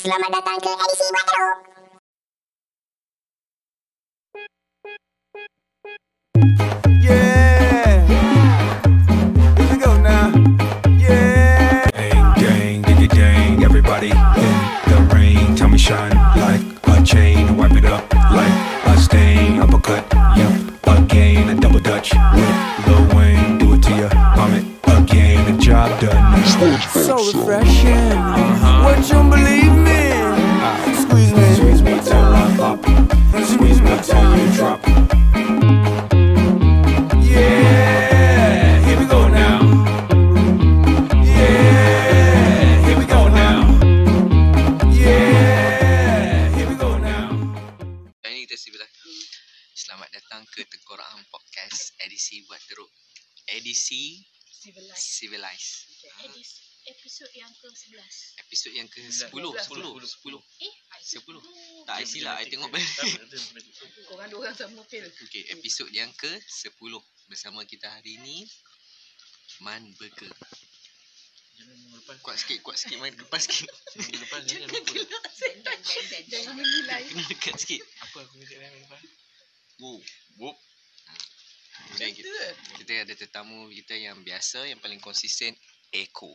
Selamat datang ke edisi Buat Teruk. Yeah. Here we go now. Yeah. Dang, dang, dang, dang, everybody in the rain. Tell me shine like a chain. Wipe it up like a stain. Uppercut, yep, again. A double dutch with Lil Wayne. Do it to ya, palm it again. The job done. So refreshing. What you believe me? Squeeze me. Squeeze me till I'm up. Squeeze me till you drop. Yeah, here we go now. Yeah, here we go now. Yeah, here we go now. Hari ni kita sebelah. Selamat datang ke Tengkorak Podcast edisi buat teruk. Edisi Civilized. Civilize. Okay. Edis, episod yang ke-11. Episod yang ke-10. 10. 10. Eh, I Sepuluh. Tak, I silap. I tengok balik. Korang dua orang sama fail. Okey, episod yang ke-10. Bersama kita hari ni Man Burger. Kuat sikit, kuat sikit. Man kepas sikit. Jangan gelap setan. Jangan menilai. Kena dekat sikit. Apa aku minta dengan Irfan? Wow. Wow. Kemudian kita, kita ada tetamu kita yang biasa, yang paling konsisten. Eko.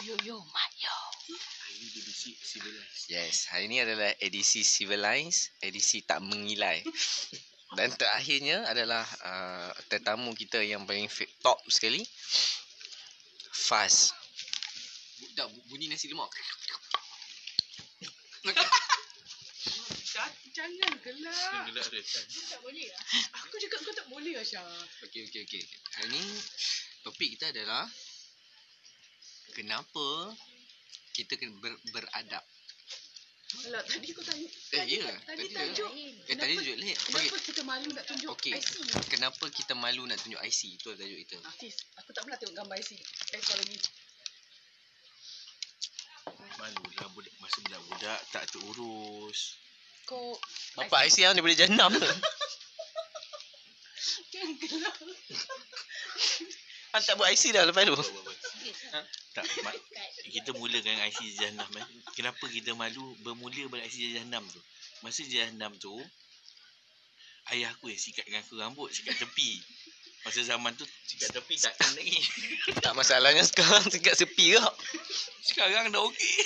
Yo, yo, mat, yo. Yes, hari ini adalah edisi Civilize, edisi tak mengilai. Dan terakhirnya adalah uh, tetamu kita yang paling fi- top sekali. Faz. Dah bunyi nasi lemak. Jangan gelap. Kau tak boleh lah. Aku cakap kau tak boleh lah, Syah. Okey, okey, okey. Hari ini topik kita adalah kenapa kita kena ber, beradab. Alah, tadi kau tanya. Eh, ya. Tadi Tadi tajuk. Eh, tadi tunjuk leh. Kenapa kita malu nak tunjuk Okey. IC? Kenapa kita malu nak tunjuk IC? Itu tajuk kita. Hafiz, aku tak pernah tengok gambar IC. Eh, kau lagi. Malu lah budak, masa budak-budak tak terurus. Kau Bapak IC yang daripada jenam tu. jangan gelap. Han tak buat IC dah lepas tu. Tak, ma- kita mula dengan IC Jahannam eh. Kenapa kita malu bermula pada IC Jahannam tu? Masa Jahannam tu, ayah aku yang sikat dengan aku rambut, sikat tepi. Masa zaman tu, sikat tepi tak kan lagi. Tak masalahnya sekarang tingkat sepi ke? Sekarang dah okey.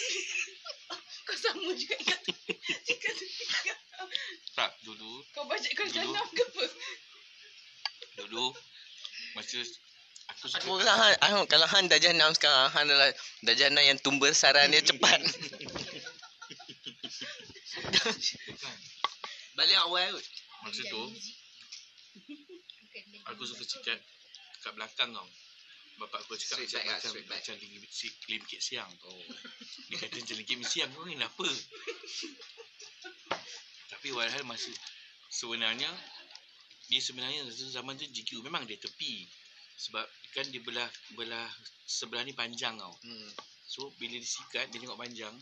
Kau sama juga ingat. Cakap sekejap. Tak, dulu Kau bajet kau Dulu. janam ke apa? Dulu Masa Aku suka Aku rasa Han, Han, kan, ah, kalau Han dah jahanam sekarang, Han adalah dah jahanam yang tumber saran dia cepat. Balik awal kot. Masa tu Aku suka sikat Kat belakang tau Bapak aku cakap Straight macam, back lah, macam, straight back. Oh. macam tinggi si, kelingkit siang tau Dia kata macam kelingkit siang kau ni kenapa Tapi walhal masa Sebenarnya Dia sebenarnya masa zaman tu GQ memang dia tepi Sebab kan dia belah Belah sebelah ni panjang tau Hmm. So bila disikat Dia tengok panjang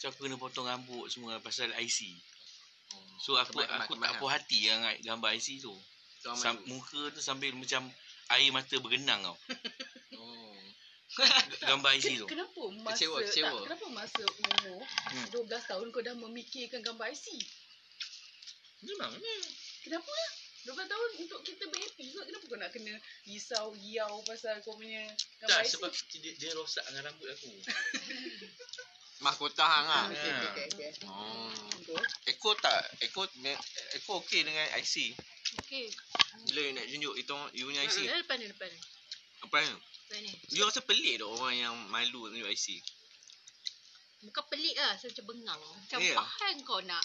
So aku kena potong rambut semua Pasal IC So aku Kemat- aku kemat- kemat. tak puas hati yang gambar IC tu. Kau Sam, malu. muka tu sambil macam air mata bergenang tau. Oh. Gambar IC tu. Ken- Kenapa masa Kecewa, kecewa. Tak, kenapa masa umur Hmm. 12 tahun kau dah memikirkan gambar IC? Memang. Kenapa lah? 12 tahun untuk kita berhappy kot. Kenapa kau nak kena risau, riau pasal kau punya gambar IC? dia, dia rosak dengan rambut aku. Mahkota hang ah. Ah, okay, okay, okay, okay. Oh. Betul. Eko tak, Eko Eko okey dengan IC. Okey. Bila you nak tunjuk itu you punya IC. Ah, Depan ni, depan ni. Apa ni? Depan ni. You rasa pelik tak orang yang malu tunjuk IC? Bukan pelik lah. Saya macam bengang. Macam Ya. faham kau nak.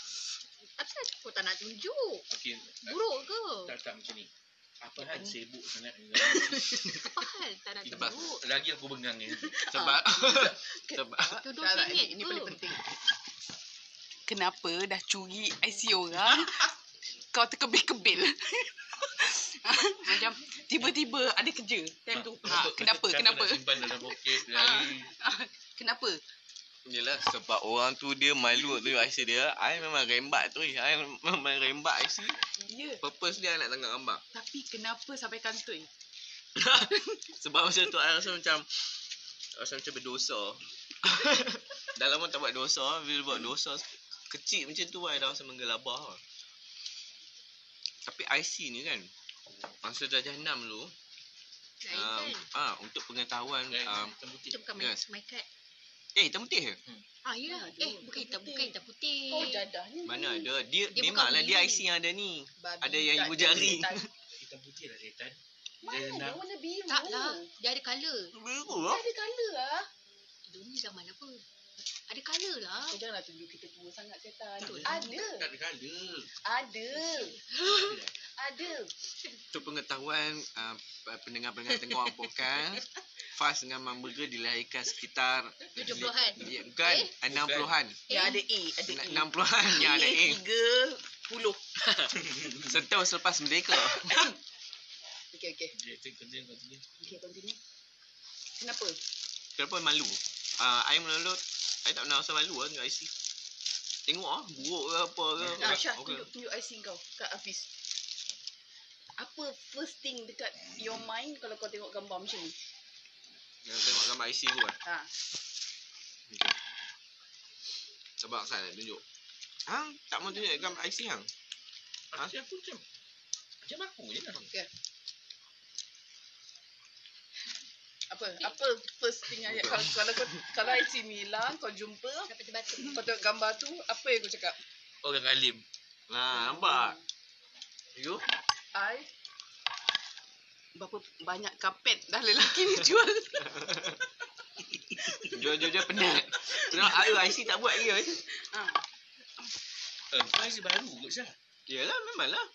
Apa kau tak nak tunjuk? Okey, Buruk ke? tak tak macam ni. Apa hal sibuk sangat Apa hal tak nak Sebab- Lagi aku bengang ni. Sebab sebab Tuduh sengit ini, ini ke? paling penting. Kenapa dah curi IC orang, lah? kau terkebil-kebil? Macam tiba-tiba ada kerja time tu. Ha, kenapa? Kenapa? simpan dalam poket Kenapa? Mm-hmm. Yelah lah, sebab orang tu dia malu tu IC dia I memang rembat tu I memang rembat IC Ya, Purpose dia I nak tangkap gambar tapi kenapa sampai kantoi? Sebab masa tu I rasa macam Rasa macam berdosa Dah lama tak buat dosa Bila buat dosa Kecil macam tu lah Dah rasa menggelabah lah. Tapi IC ni kan Masa darjah 6 dulu Lain uh, kan? ah, Untuk pengetahuan um, Ah. Itu Oh, bukan Ya. yes. yes. my card. Eh hitam putih ke? Ah, yelah. Ya, Eh, tu, bukan hitam. putih. Bukan hitam putih. Oh dadahnya Mana ada Dia, Dia dia bukan memanglah dia biru. IC yang ada ni Babi Ada yang tak ibu jari. setan. Hitam putih lah setan. Mana Dia dia nak- warna biru Tak lah. Dia ada colour. Biru Dia lah ada colour lah Dulu ni zaman apa? Ada colour lah. Kau janganlah tunjuk kita tua sangat setan Tak ada. Ada Tak ada colour. Ada Ada Untuk pengetahuan uh, Pendengar-pendengar tengok pokan Fas dengan Mam Burger dilahirkan sekitar 70-an. Ya, Bukan Eh? 60-an Yang ada A. Ada 60-an yang ada A Tiga puluh. Setahun selepas merdeka Okay okay Dia tu continue continue. Okay continue Kenapa? Kenapa malu? Ah, uh, I menolak I tak pernah rasa malu lah dengan IC Tengok ah Buruk ke apa ke Nah, Ah, Syah, Okey. tunjuk, tunjuk IC kau kat Hafiz. Apa first thing dekat your mind kalau kau tengok gambar macam ni? Jangan tengok gambar IC tu kan Ha. Sebab saya nak tunjuk Hang tak mau tunjuk gambar IC hang Ha? Aku macam macam aku je lah. Apa? Apa first thing ayat kalau kalau kau, kalau IC ni hilang, kau jumpa, Sampai terbatuk. kau tengok gambar tu, apa yang kau cakap? Orang Ah, alim. Ha nampak You I Berapa banyak kapet dah lelaki ni jual. Jual-jual penat Kenapa I IC tak buat lagi kan ha. Eh, kau IC baru kot Syah. Yalah memanglah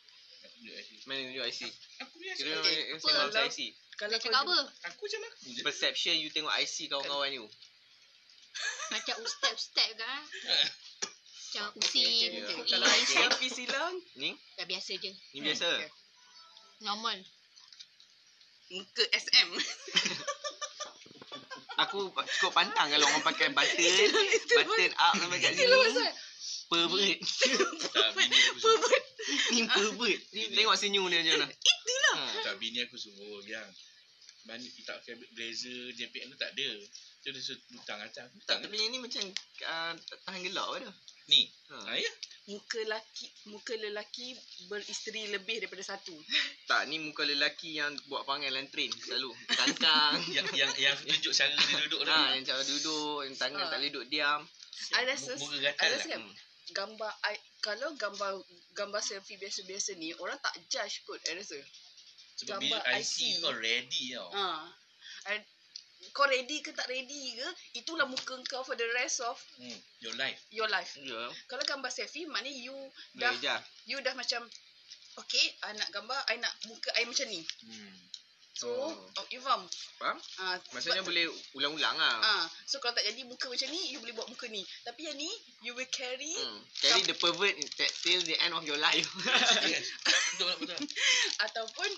Aku tunjuk IC. lah, Mana tunjuk IC Aku punya IC. Kira okay, apa? kira Kalau- IC kalau Nak cakap apa? Aku macam aku je. Perception you tengok IC kawan-kawan you Macam ustaz-ustaz kan? Macam usin, okay, uin. okay. kalau IC Hafiz hilang, Ya. Ni Dah biasa je. Ni biasa Normal. Muka SM. Aku cukup pantang kalau orang pakai button Button up sampai kat sini Pervert Tak bini aku sungguh. Ni pervert Ah, Ni tengok senyum dia macam mana Ha. Itulah Tak bini aku sungguh yang mana tak pakai blazer JPN tu tak ada. Tu dia suruh butang atas aku. Tak tapi yang ni macam ah, Tahan gelap ke dah Ni. Ha. Ha ya. muka lelaki muka lelaki beristeri lebih daripada satu. Tak ni muka lelaki yang buat panggilan train selalu Tangkang Yang yang yang aku tunjuk cara dia duduk tu. Ha, yang cara duduk, yang tangan Ha. tak boleh duduk diam. Hmm. I rasa Muka I gatal rasa lah. kan gambar I, kalau gambar gambar selfie biasa-biasa ni orang tak judge kot I rasa. Sebab bila gambar IC. IC kau ready tau. Ha. I, kau ready ke tak ready ke, itulah muka kau for the rest of Hmm, your life. your life. Ya. Kalau gambar selfie maknanya you dah Boleh ajar. you dah macam okay, I nak gambar, I nak muka I macam ni. Hmm. So, Oh. oh. you faham? Faham? Ah, Maksudnya sebab- boleh ulang-ulang lah. Ah, so kalau tak jadi muka macam ni, you boleh buat muka ni. Tapi yang ni, you will carry Hmm. Carry the pervert that till the end of your life. Yes. Betul tak betul. ataupun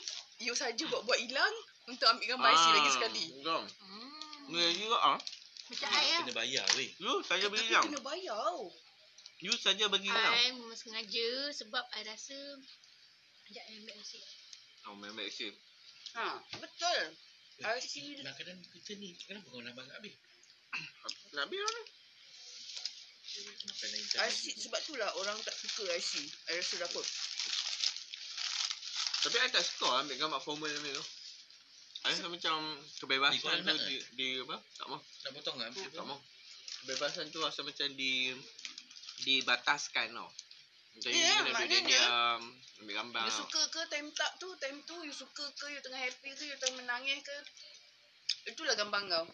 you saja buat-buat hilang untuk ambil gambar IC Ah. lagi sekali. Gom. Hmm. Boleh juga ah. Ya, Macam Ha, I ya. lah. Kena bayar weh. You saja Tapi bagi hilang. kena bayar tau. You saja bagi hilang. I memang sengaja sebab I rasa Sekejap I ambil nasi Oh, memang baik sih. Ha, betul. IC Makanan kita ni kenapa kau lambat kat habis? Nak biar ni. Kenapa lain tak? IC sebab itulah orang tak suka IC. I rasa dah kot. Tapi I tak suka lah ambil gambar formal ni tu. I rasa macam kebebasan Ikut tu anak di, di, apa? Tak mau. Nak potong kan? Tak mau. Kebebasan tu rasa macam di dibataskan tau. Macam you Ya, kena duduk maknanya- diam, ambil Ah. gambar. You suka ke time tak tu, time tu you suka ke, you tengah happy ke, you tengah menangis ke. Itulah gambar kau.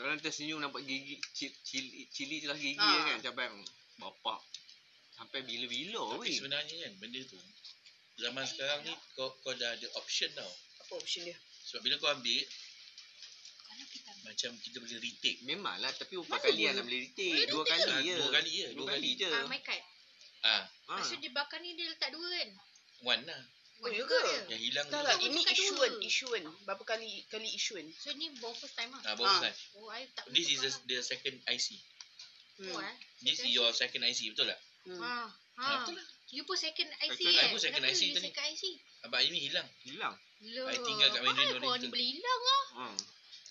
Orang tersenyum nampak gigi cili cili, cili celah gigi Ha. ha. kan sampai bapak. Sampai bila-bila weh. Tapi sebenarnya kan benda tu zaman sekarang ni kau kau dah ada option tau. Apa option dia? Sebab bila kau ambil macam kita boleh retake. Memanglah lah, tapi berapa kali yang nak boleh retake? Boleh Dua retake? kali Ah, je. dua kali je, Dua dua kali kali. je. Ah, my card Ah, Ha. Maksud dia bakar ni dia letak dua kan one lah. Oh, ya juga ke? dia. Yang hilang Dah lah, Bukan ini bukan isuan, dua. isuan. Berapa kali kali isuan? So ni bawa first time lah Ah, bawa Ah. bukan. Oh I tak This is the, the second IC. Oh eh This is your second IC betul tak? Hmm. Ha Ha Ah, betul lah. You pun second IC Betul lah, eh I pun second Kenapa IC you tadi. second IC Abang Aimi Ah, hilang. Hilang. Loh I tinggal kat Mandarin Mahal kau ni Oriental. boleh hilang lah Ha.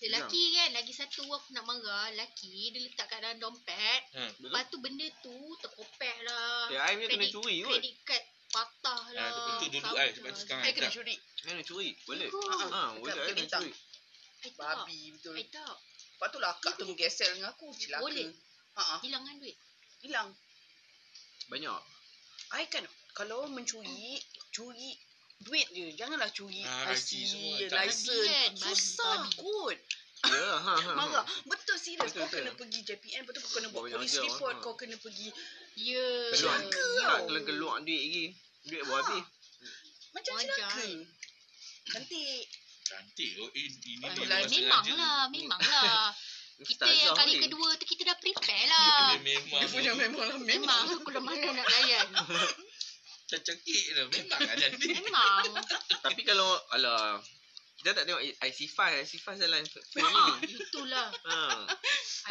Lelaki kan lagi satu aku nak marah Lelaki dia letak kat dalam dompet Ha. Lepas tu benda tu terkopek lah Ya, I punya kena Credit- curi kot. Credit card patah Ah, lah tu- Itu dulu kan sebab tu sekarang Ah, Saya I kena tak. curi. Kena curi. Boleh. Ikut. Ha, boleh I kena minta. curi. I tak Babi betul. Ah. I tak Lepas tu lah akak tu bergesel dengan aku. Celaka. Boleh. Ha-ha. Hilang kan duit Hilang. Banyak. I kan kalau mencuri, curi duit je. Janganlah curi IC, Ah, gaji semua. Tak license. boleh. Susah kan, Babi. kot. Ya, ha, ha. Marah. Betul serius. Betul, Kau betul. kena pergi JPN. Betul kau kena buat Banyak polis ajak, report. ha. Kau kena pergi. Ya Keluar. Celaka Tak tau. kena keluar duit lagi. Duit buat habis. Macam Wajar. celaka. Nanti Cantik kot. Eh, ini Alah, dia memang Memang sengaja. lah Memang lah Kita yang Ustazah kali ni. kedua tu Kita dah prepare lah Dia memang. dia punya memang lah. Memang Memang. aku dah mana nak layan Macam cekik dah. Memang lah cantik. Memang Tapi kalau alah kita tak tengok IC file, IC file jalan ha, Itulah Ha.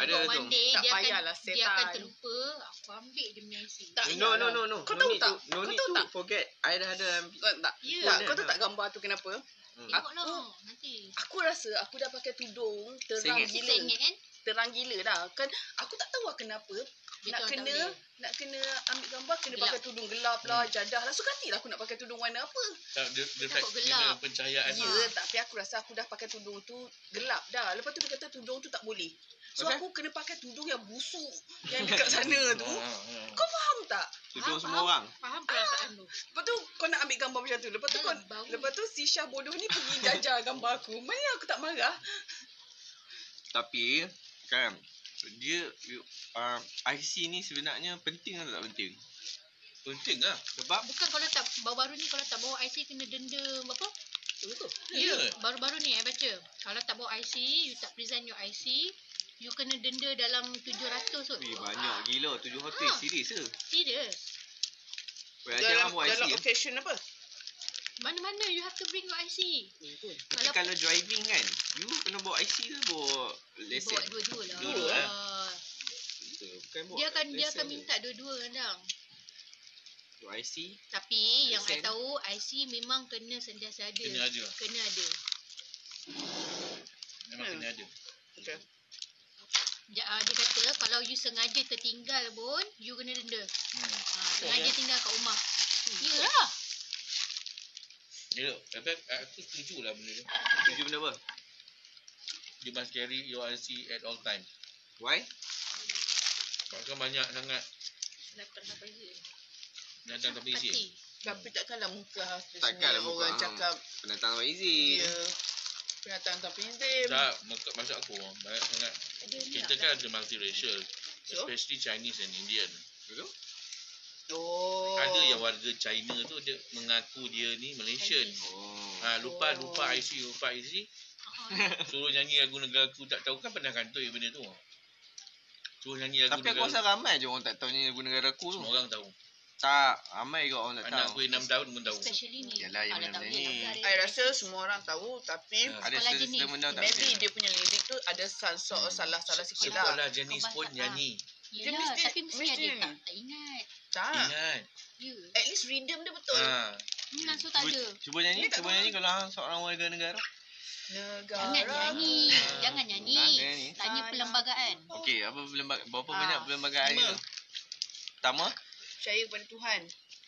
I Ada got tu. one day Tak Dia akan payahlah set Dia akan time. terlupa Aku ambil dia punya IC Tak Eh, No, payah no, lah. no, no. Kau no tahu need tak? To, no Kau need tahu to tak? forget. I dah ada ambil. Kau tak. Ya. Tak, kau tahu tak gambar tu kenapa? Tengoklah Aku- Nanti Aku rasa aku dah pakai tudung terang Sengit. Oh. gila. Sengit kan Terang gila dah. Kan aku tak tahu lah kenapa Dia nak tu tak kena boleh. nak kena ambil gambar kena Gelap. pakai tudung gelap lah, Hmm. jadah lah. Suka hati lah aku nak pakai tudung warna apa. Tak, Dia dia tak Takut kena gelap. pencahayaan. Ya, tapi aku rasa aku dah pakai tudung tu gelap dah. Lepas tu dia kata tudung tu tak boleh. So Okey. aku kena pakai tudung yang busuk yang dekat sana tu. Oh. Ha, ha. Kau faham tak? Tuduh Faham, semua faham. orang. Faham perasaan tu Lepas tu kau nak ambil gambar macam tu. Lepas tu kau Dalam bau. Ah. lepas tu si Syah bodoh ni pergi jajar gambar aku. Mana aku tak marah. Tapi kan dia you- uh, IC ni sebenarnya penting atau tak penting? Penting lah. Sebab Bukan kalau tak baru-baru ni kalau tak bawa IC kena denda berapa? Ya. Baru-baru ni I baca. Kalau tak bawa IC, you tak present your IC, you kena denda dalam 700 kot. Weh, banyak gila tujuh Ah. hotel Ha. serius ke? Serius. Weh, ajar lah buat IC. dalam eh. occasion apa? Mana-mana you have to bring your IC. Tapi Kalau kalau driving kan, you kena bawa IC ke bawa lesen? bawa dua-dua lah. Dua-dua, eh? Ah, Bukan bawa Dia akan dia lesen akan je. minta dua-dua kadang. Bawa IC. Tapi yang I Lesen. tahu IC memang kena sentiasa ada. Kena ada. lah. Kena ada. Memang Hmm. kena ada. Dia, ah, dia kata kalau you sengaja tertinggal pun you kena denda. Hmm. Ah, sengaja tinggal kat rumah. Yalah. Ya, tapi aku setuju lah benda tu. Tujuh benda apa? You must carry your IC at all time. Why? Bahkan banyak sangat datang tanpa izin. Tapi takkanlah muka hasil Takkanlah muka, ha. orang cakap Pendatang tanpa izin. dia pendatang tanpa izin. Tak, mak- maksud aku banyak sangat. Ada ni Kita tak? kan ada multiracial. So? Especially Chinese and Indian. Betul? Oh. Ada yang warga China tu dia mengaku dia ni Malaysian. Oh. Ha, lupa Oh. lupa IC, lupa IC. Suruh nyanyi lagu negara aku tak tahu kan pernah kantoi benda tu. Suruh nyanyi lagu Tapi aku rasa ramai je orang tak tahu ni lagu negara aku tu. semua orang tahu. Tak, ramai juga orang tak Anak tahu. aku yang 6 tahun pun tahu. Especially ni. Yalah, yang Ah, dah tahu benda-benda dia ni. nak I berlari. rasa semua orang tahu tapi Ya. Ada sekolah sistem jenis. benda tak maybe boleh. dia punya lirik tu ada sensor Hmm. salah-salah sikit lah. Sekolah jenis Kebas pun tak, ah. nyanyi. Yelah, mesti- tapi mesti mesti ada ni. tak, tak ingat. Tak. Ingat. Ya. At least rhythm dia betul. Ha. Hmm, langsung tak ada. Cuba nyanyi, Dia tak cuba tahu. Oh. nyanyi kalau hang seorang warga negara. Jangan Negara. nyanyi. Jangan nyanyi. Jangan nyanyi. Tanya perlembagaan. Okey, apa berlembaga, berapa Ah, banyak perlembagaan ni lima. tu? Pertama, Percaya kepada Tuhan.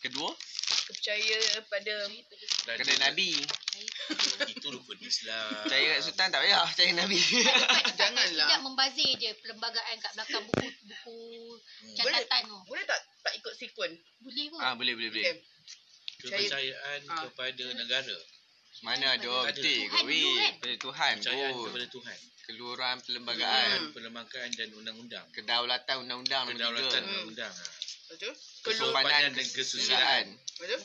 kedua, Percaya pada Dan kedai Nabi. Itu rukun Islam. Percaya kat Sultan tak payah, percaya Nabi. janganlah. Tidak membazir je perlembagaan kat belakang buku buku Hmm. catatan tu. Boleh tak tak ikut sikun? Boleh kot. ah, boleh, boleh, boleh. Okay. Kepercayaan Ah. kepada negara. Mana ada orang Ada. betul Tuhan kau weh. dulu kan? Pada Tuhan eh. Kepercayaan tu. kepada Tuhan. Keluaran Kepercayaan perlembagaan. perlembagaan dan undang-undang. Kedaulatan Kan. undang-undang nombor Kedaulatan tiga. Hmm. undang-undang. Betul? Keluar. Kesopanan Kesopanan dan dan kesusilaan. Betul?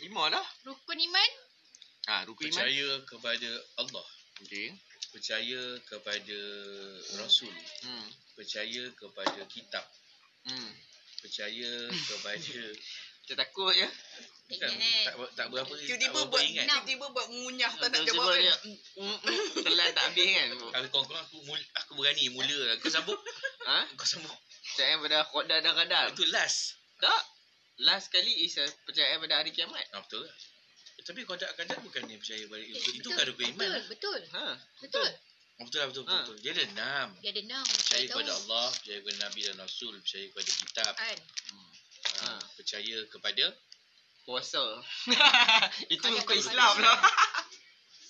Lima lah. dah. Rukun iman. Ah, rukun iman. Percaya kepada Allah. Okey. Percaya kepada Rasul. Hmm. Percaya kepada kitab. Hmm. Percaya kepada... Kita takut ya. je. Bukan, tak, ber- tak berapa tak Tiba-tiba berapa buat ingat. tiba-tiba buat mengunyah tak nak Tiba-tiba jawab. kan? dia, mm, mm, Telan tak habis kan. Kalau kau kau aku, mul, aku berani mula. Kau sambung. Ha? Kau sambung. Percayaan pada khodah dan qadar. Itu last. Tak. Last kali is uh, percayaan pada hari kiamat. Ah, betul lah. Eh, Tapi kau tak kadang bukan dia percaya balik. Itu, itu kan rukun iman betul, lah. betul. Ha. Betul. Betul lah, betul, betul, Ha. betul. Dia ada enam. Dia ada enam. Percaya Saya tahu. kepada Allah, percaya kepada Nabi dan Rasul, percaya kepada kitab, Kan? ha. Ha. percaya kepada Puasa. Itu Kadang- kau Islam lah.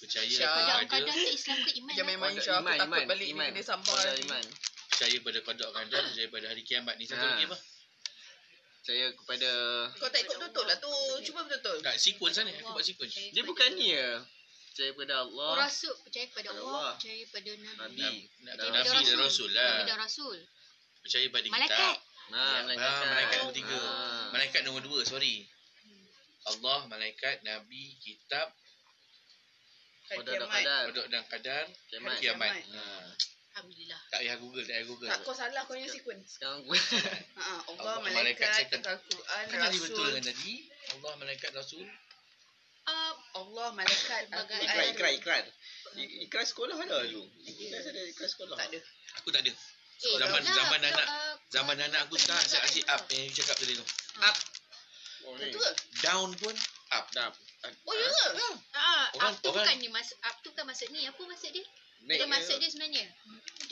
percaya Syah. kepada Kadang-kadang tak Islam ke iman. Dia lah. memang Qadar- insya aku iman, takut iman, balik iman. ni dia sampah. Qadar iman. percaya pada qada qadar, percaya pada hari kiamat ni satu Ha. lagi apa? Percaya kepada Kau tak ikut tutup lah tu. Cuba betul-betul. Tak sequence sana, aku buat sequence. Percaya dia kepada- bukan ni ya. Percaya kepada Allah. Oh, Rasul percaya kepada Kepada Allah, Allah. percaya kepada Nabi. Nabi. Nak Dan Nabi dan Rasul Nabi lah. dan Rasul. Percaya pada kitab. Malaikat. Ha, malaikat. Ha, malaikat nombor tiga. Ha. Malaikat nombor dua, sorry. Allah, malaikat, Nabi, kitab, Hari Qadar dan kiamat. qadar. kodok dan kadar, Kiamat. Kiamat. kiamat. Ha. Alhamdulillah. Tak payah Google, tak payah Google. Tak kau salah kau punya sequence. Sekarang gue. Ha, Allah, Allah, malaikat, malaikat, second. Al-Quran, Kan tadi betul Rasul. kan tadi? Allah, malaikat, Rasul. Uh, Allah, malaikat, Sebagai Ikrar, Al-Quran. ikrar, ikrar. I- Ikrar sekolah ada dulu. Ikrar ada ikrar sekolah. Tak ada. Aku tak ada. eh, Zaman- tak, zaman tak, anak- ah, Zaman anak aku tak asyik asyik up yang you cakap tadi tu. Oh, ni. Betul ke? Down pun up. Dah. Oh, ya ke? Ah, Orang- up tu orang- bukannya mas, up tu bukan maksud ni. Apa maksud dia? Naik. Dia maksud dia sebenarnya.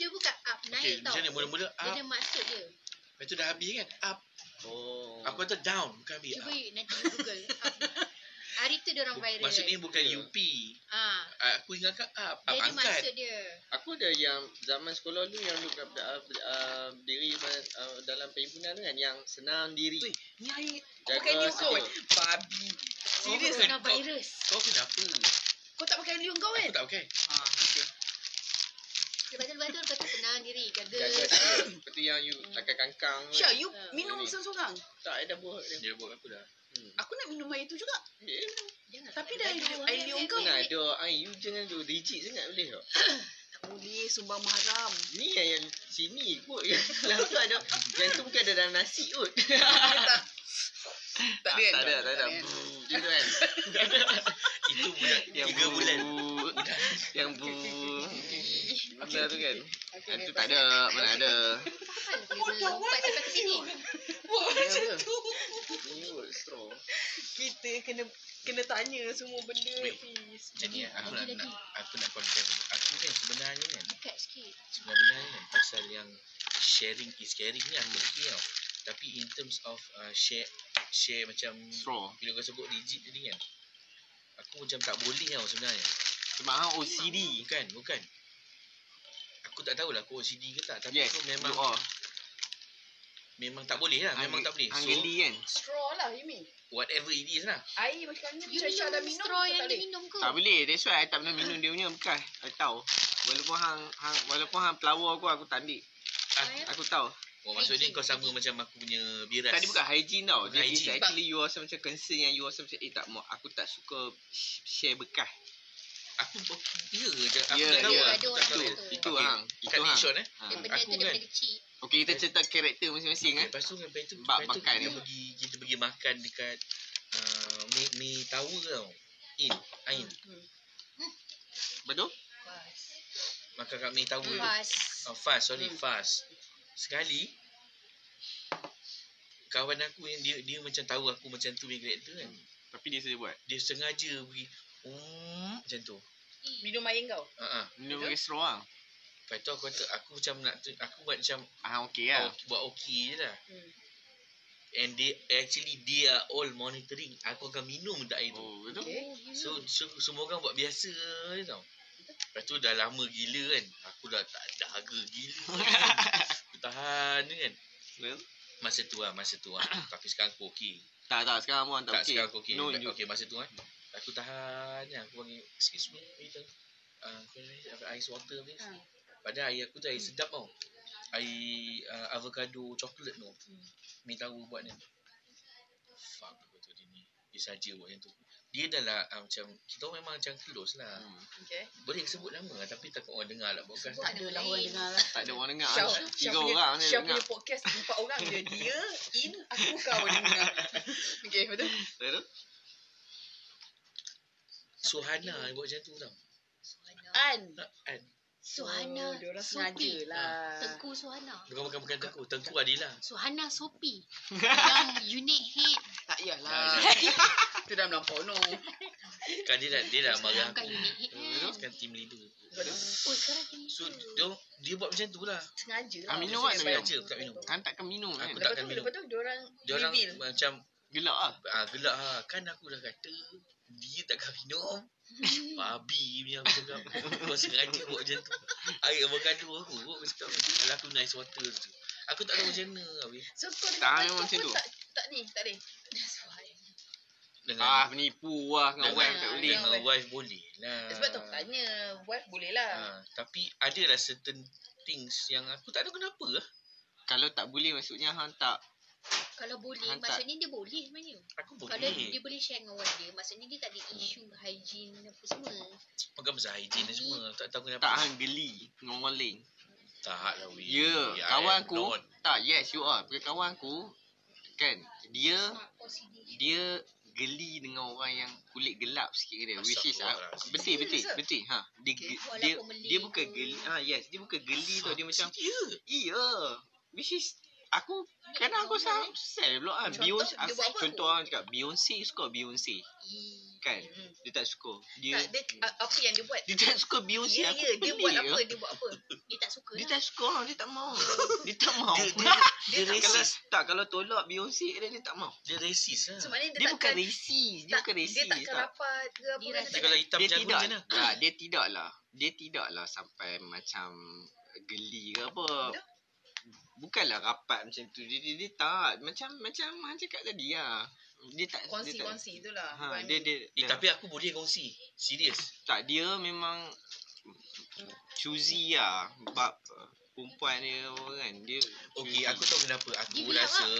Dia bukan up, Okay, naik tau. macam mana mula-mula Dia up. ada maksud dia. Lepas tu dah habis kan? Up. Oh. Aku kata down, bukan habis Cuba up. you, nanti you google. Up. Hari tu dia orang Bu- viral. Maksudnya bukan Ya. UP. ah, Ah, Aku ingatkan up. Up dia ada angkat. maksud dia. Aku ada yang zaman sekolah dulu yang duduk uh, uh, diri uh, dalam perhimpunan tu kan yang senam diri. Weh, Ni air. Kau pakai liung kau kan? sikit. Babi. Serius Kau- Kena kau- virus. Kau kenapa? Kau tak pakai liung kau Aku kan? tak pakai. Ha, okey. Dia betul-betul kata tenang diri. Jaga. Jaga sikit. Seperti yang you pakai kangkang. tu. Syah, you Ha, minum ini. seorang-seorang. Tak ada buah dia. Dia buat aku dah. Aku nak minum air tu juga. Eh, Jangan Tapi dah tak ada air- orang air yang liung kau. baby. Nak ada air you jangan tu rigid sangat boleh tak? Tak boleh, sumbang mahram. Ni yang, yang sini kot. Yang tu ada yang tu bukan ada dalam nasi kot. Tak ada kan? Ah, tak ada, tak ada. kan? Buh, Macam tu kan. Itu budak tiga bu- bulan. yang bu benda tu kan. Okey, Itu lepas tak ada, mana ada. Kan boleh lompat sampai ke sini. Macam tu. Ini kot straw. Kita kena kena tanya semua benda. Wait. Hafiz. Macam ni kan, aku nak, Lagi, nak, lagi. aku nak confess. Aku kan sebenarnya kan, Dekat sikit. sebenarnya kan pasal yang sharing is caring ni aku okey tau. Tapi in terms of uh, share, share macam Straw. bila kau sebut digit tadi kan, aku macam tak boleh tau sebenarnya. Sebab hang OCD. Bukan, bukan. Aku tak tahulah aku OCD ke tak, tapi Yes, aku memang memang memang tak boleh lah, memang tak boleh. So, Angeli kan. Straw lah, you mean. whatever it is lah. Air macam mana? You Macam Syah dah minum minum. straw tu yang tak dia boleh. minum ke? Tak boleh. That's why I tak pernah minum dia punya bekas. I tahu. Walaupun hang, hang walaupun hang pelawa aku aku tak ambil. Ah, Ayah. Aku tahu. Oh, maksudnya kau sama macam aku punya biras. Tadi bukan hygiene tau. Dia is Hygiene. actually you rasa macam concern yang you rasa macam eh tak mau aku tak suka sh- share bekas. Aku, ya, aku Ya, tak tahu ya. lah. Aku tak Ada orang tahu. macam tu. Itu Okey. hang. Itu Kat hang. Nixon eh. Ha. Dia benda Aku tu daripada kan. kecil. Okey kita cerita karakter masing-masing eh. Lepas tu sampai tu, Bak- lepas tu bakar kita dia. pergi kita pergi makan dekat uh, mi mi tower tau. In, Ain. Betul? Pas. Makan kat mi tower tu. Pas. Oh, fast, sorry, Hmm. fast. Sekali kawan aku yang dia dia macam tahu aku macam tu punya karakter kan. Tapi dia saja buat. Dia sengaja pergi um, macam tu. Minum air kau. Ha ah. Minum pakai straw hang. Lepas tu aku kata aku macam nak tu- aku buat macam Hang okey yeah. lah. oh, buat okey je lah. Hmm. And they actually they are all monitoring aku akan minum tak air tu. Oh, betul? Okay. So, so semua orang buat biasa je tau. Lepas tu dah lama gila kan. Aku dah tak dahaga gila. aku tahan je kan. Betul? Masa tu lah, masa tu lah. Tapi sekarang aku okey. Tak tak sekarang pun Tak, tak okey. sekarang aku okey. No, Tak- you. okey masa tu lah. Aku tahan je. Aku panggil, excuse me, waiter. Uh, can I have ice water please? Ah. Padahal air aku tu air sedap tau. Air uh, avocado coklat tu. Mi tahu buat ni. Fuck aku tu dia ni. Dia saja buat yang tu. Dia dah lah uh, macam, kita orang memang macam close lah. Hmm. Okay. Boleh sebut nama lah tapi takut orang dengar lah podcast. Tak adalah orang dengar lah. Tak Ya, ada orang dengar. Syah, hang. Syah Tiga punya- orang ni Syah dengar. punya podcast empat orang je. Dia, In, aku kau dengar. Okay, betul? Betul? Suhana yang buat macam tu tau. An. Tak, An. Suhana. Oh, diorang sengaja Sopi. lah. Tengku Suhana. Bukan bukan bukan lah aku, Tengku Adila. Suhana Sopi. Yang unit head. Tak payahlah. Itu dah melampau no. Kan dia dah, dia dah marah Bukan aku. unit hit kan. Kan tim leader. Oh, sekarang tim So, leader. dia, dia buat macam tu lah. Sengaja lah. Ah, minum Maksudnya awak tak sebab- minum? Tak minum. Han takkan minum kan? Aku Lepas takkan tu, minum. lepas tu diorang Dia orang reveal. macam Gelak lah. ah, gelak lah. Kan aku dah kata, dia takkan minum. Babi punya aku cakap. Kau sengaja buat macam tu. Air avocado aku. kot, Aku cakap, kalau aku nice water tu. Aku tak tahu macam mana habis. So kau Tak, memang dengan Mas macam pun tu. Tak, tak ni, tak ni. That's why. Ah, Dengan, penipu lah dengan dengan, wife tak boleh. dengan wife boleh lah. Eh, Sebab tu aku tanya, wife boleh lah. Ha, tapi adalah certain things yang aku tak tahu kenapa lah. Kalau tak boleh maksudnya Han tak. Kalau boleh, Hantar. maksudnya dia boleh sebenarnya. Aku boleh. Kalau dia boleh share dengan wife dia, maksudnya dia tak ada isu hygiene apa semua. Ah. Bukan pasal hygiene dan semua. Aku tak tahu kenapa. Tak Han geli. Ngoling. Tak lah weh. Ya, I kawan am aku. not. Tak, yes you are. Bukan kawan aku. Kan, dia Mak OCD. dia geli dengan orang yang kulit gelap sikit dia which is ah, Astagfirullahalazim. betul betul Serious ah? betul ha dia Okay. ge- Walaupun dia, Melayu dia bukan ke- geli ah yes dia bukan geli tau dia macam Ya. iya which is aku kadang aku sel sel pula kan Contoh, Beyonce dia buat apa? contoh orang cakap Beyonce suka Beyonce kan Hmm. dia tak suka dia Tak, dia, ah, a- apa yang dia buat? dia tak suka Beyonce Ya, aku ya, dia pelik buat lah. apa? Dia buat apa? Dia tak suka dia lah. tak suka dia tak mau dia tak mau Dia, dia, dia, dia kalau racist. tak kalau tolak Beyonce dia dia tak mau Dia racist lah. So maknanya dia, dia bukan takkan racist dia tak- bukan racist Dia takkan tak. rapat ke apa Dia kan, rasa- Dia kalau hitam dia jago tidak macam mana? ah, dia tidak lah dia tidak lah sampai macam geli ke apa bukanlah rapat macam tu dia, dia, dia tak macam macam Han cakap tadi lah dia tak dia tak, Kongsi-kongsi tu lah. ha, Bukan- dia, dia, dia, Eh, tapi aku boleh kongsi. Serius. tak dia memang choosy lah bab uh, perempuan dia apa kan dia Okey, choosy. aku tahu kenapa. Aku Dia gelap rasa,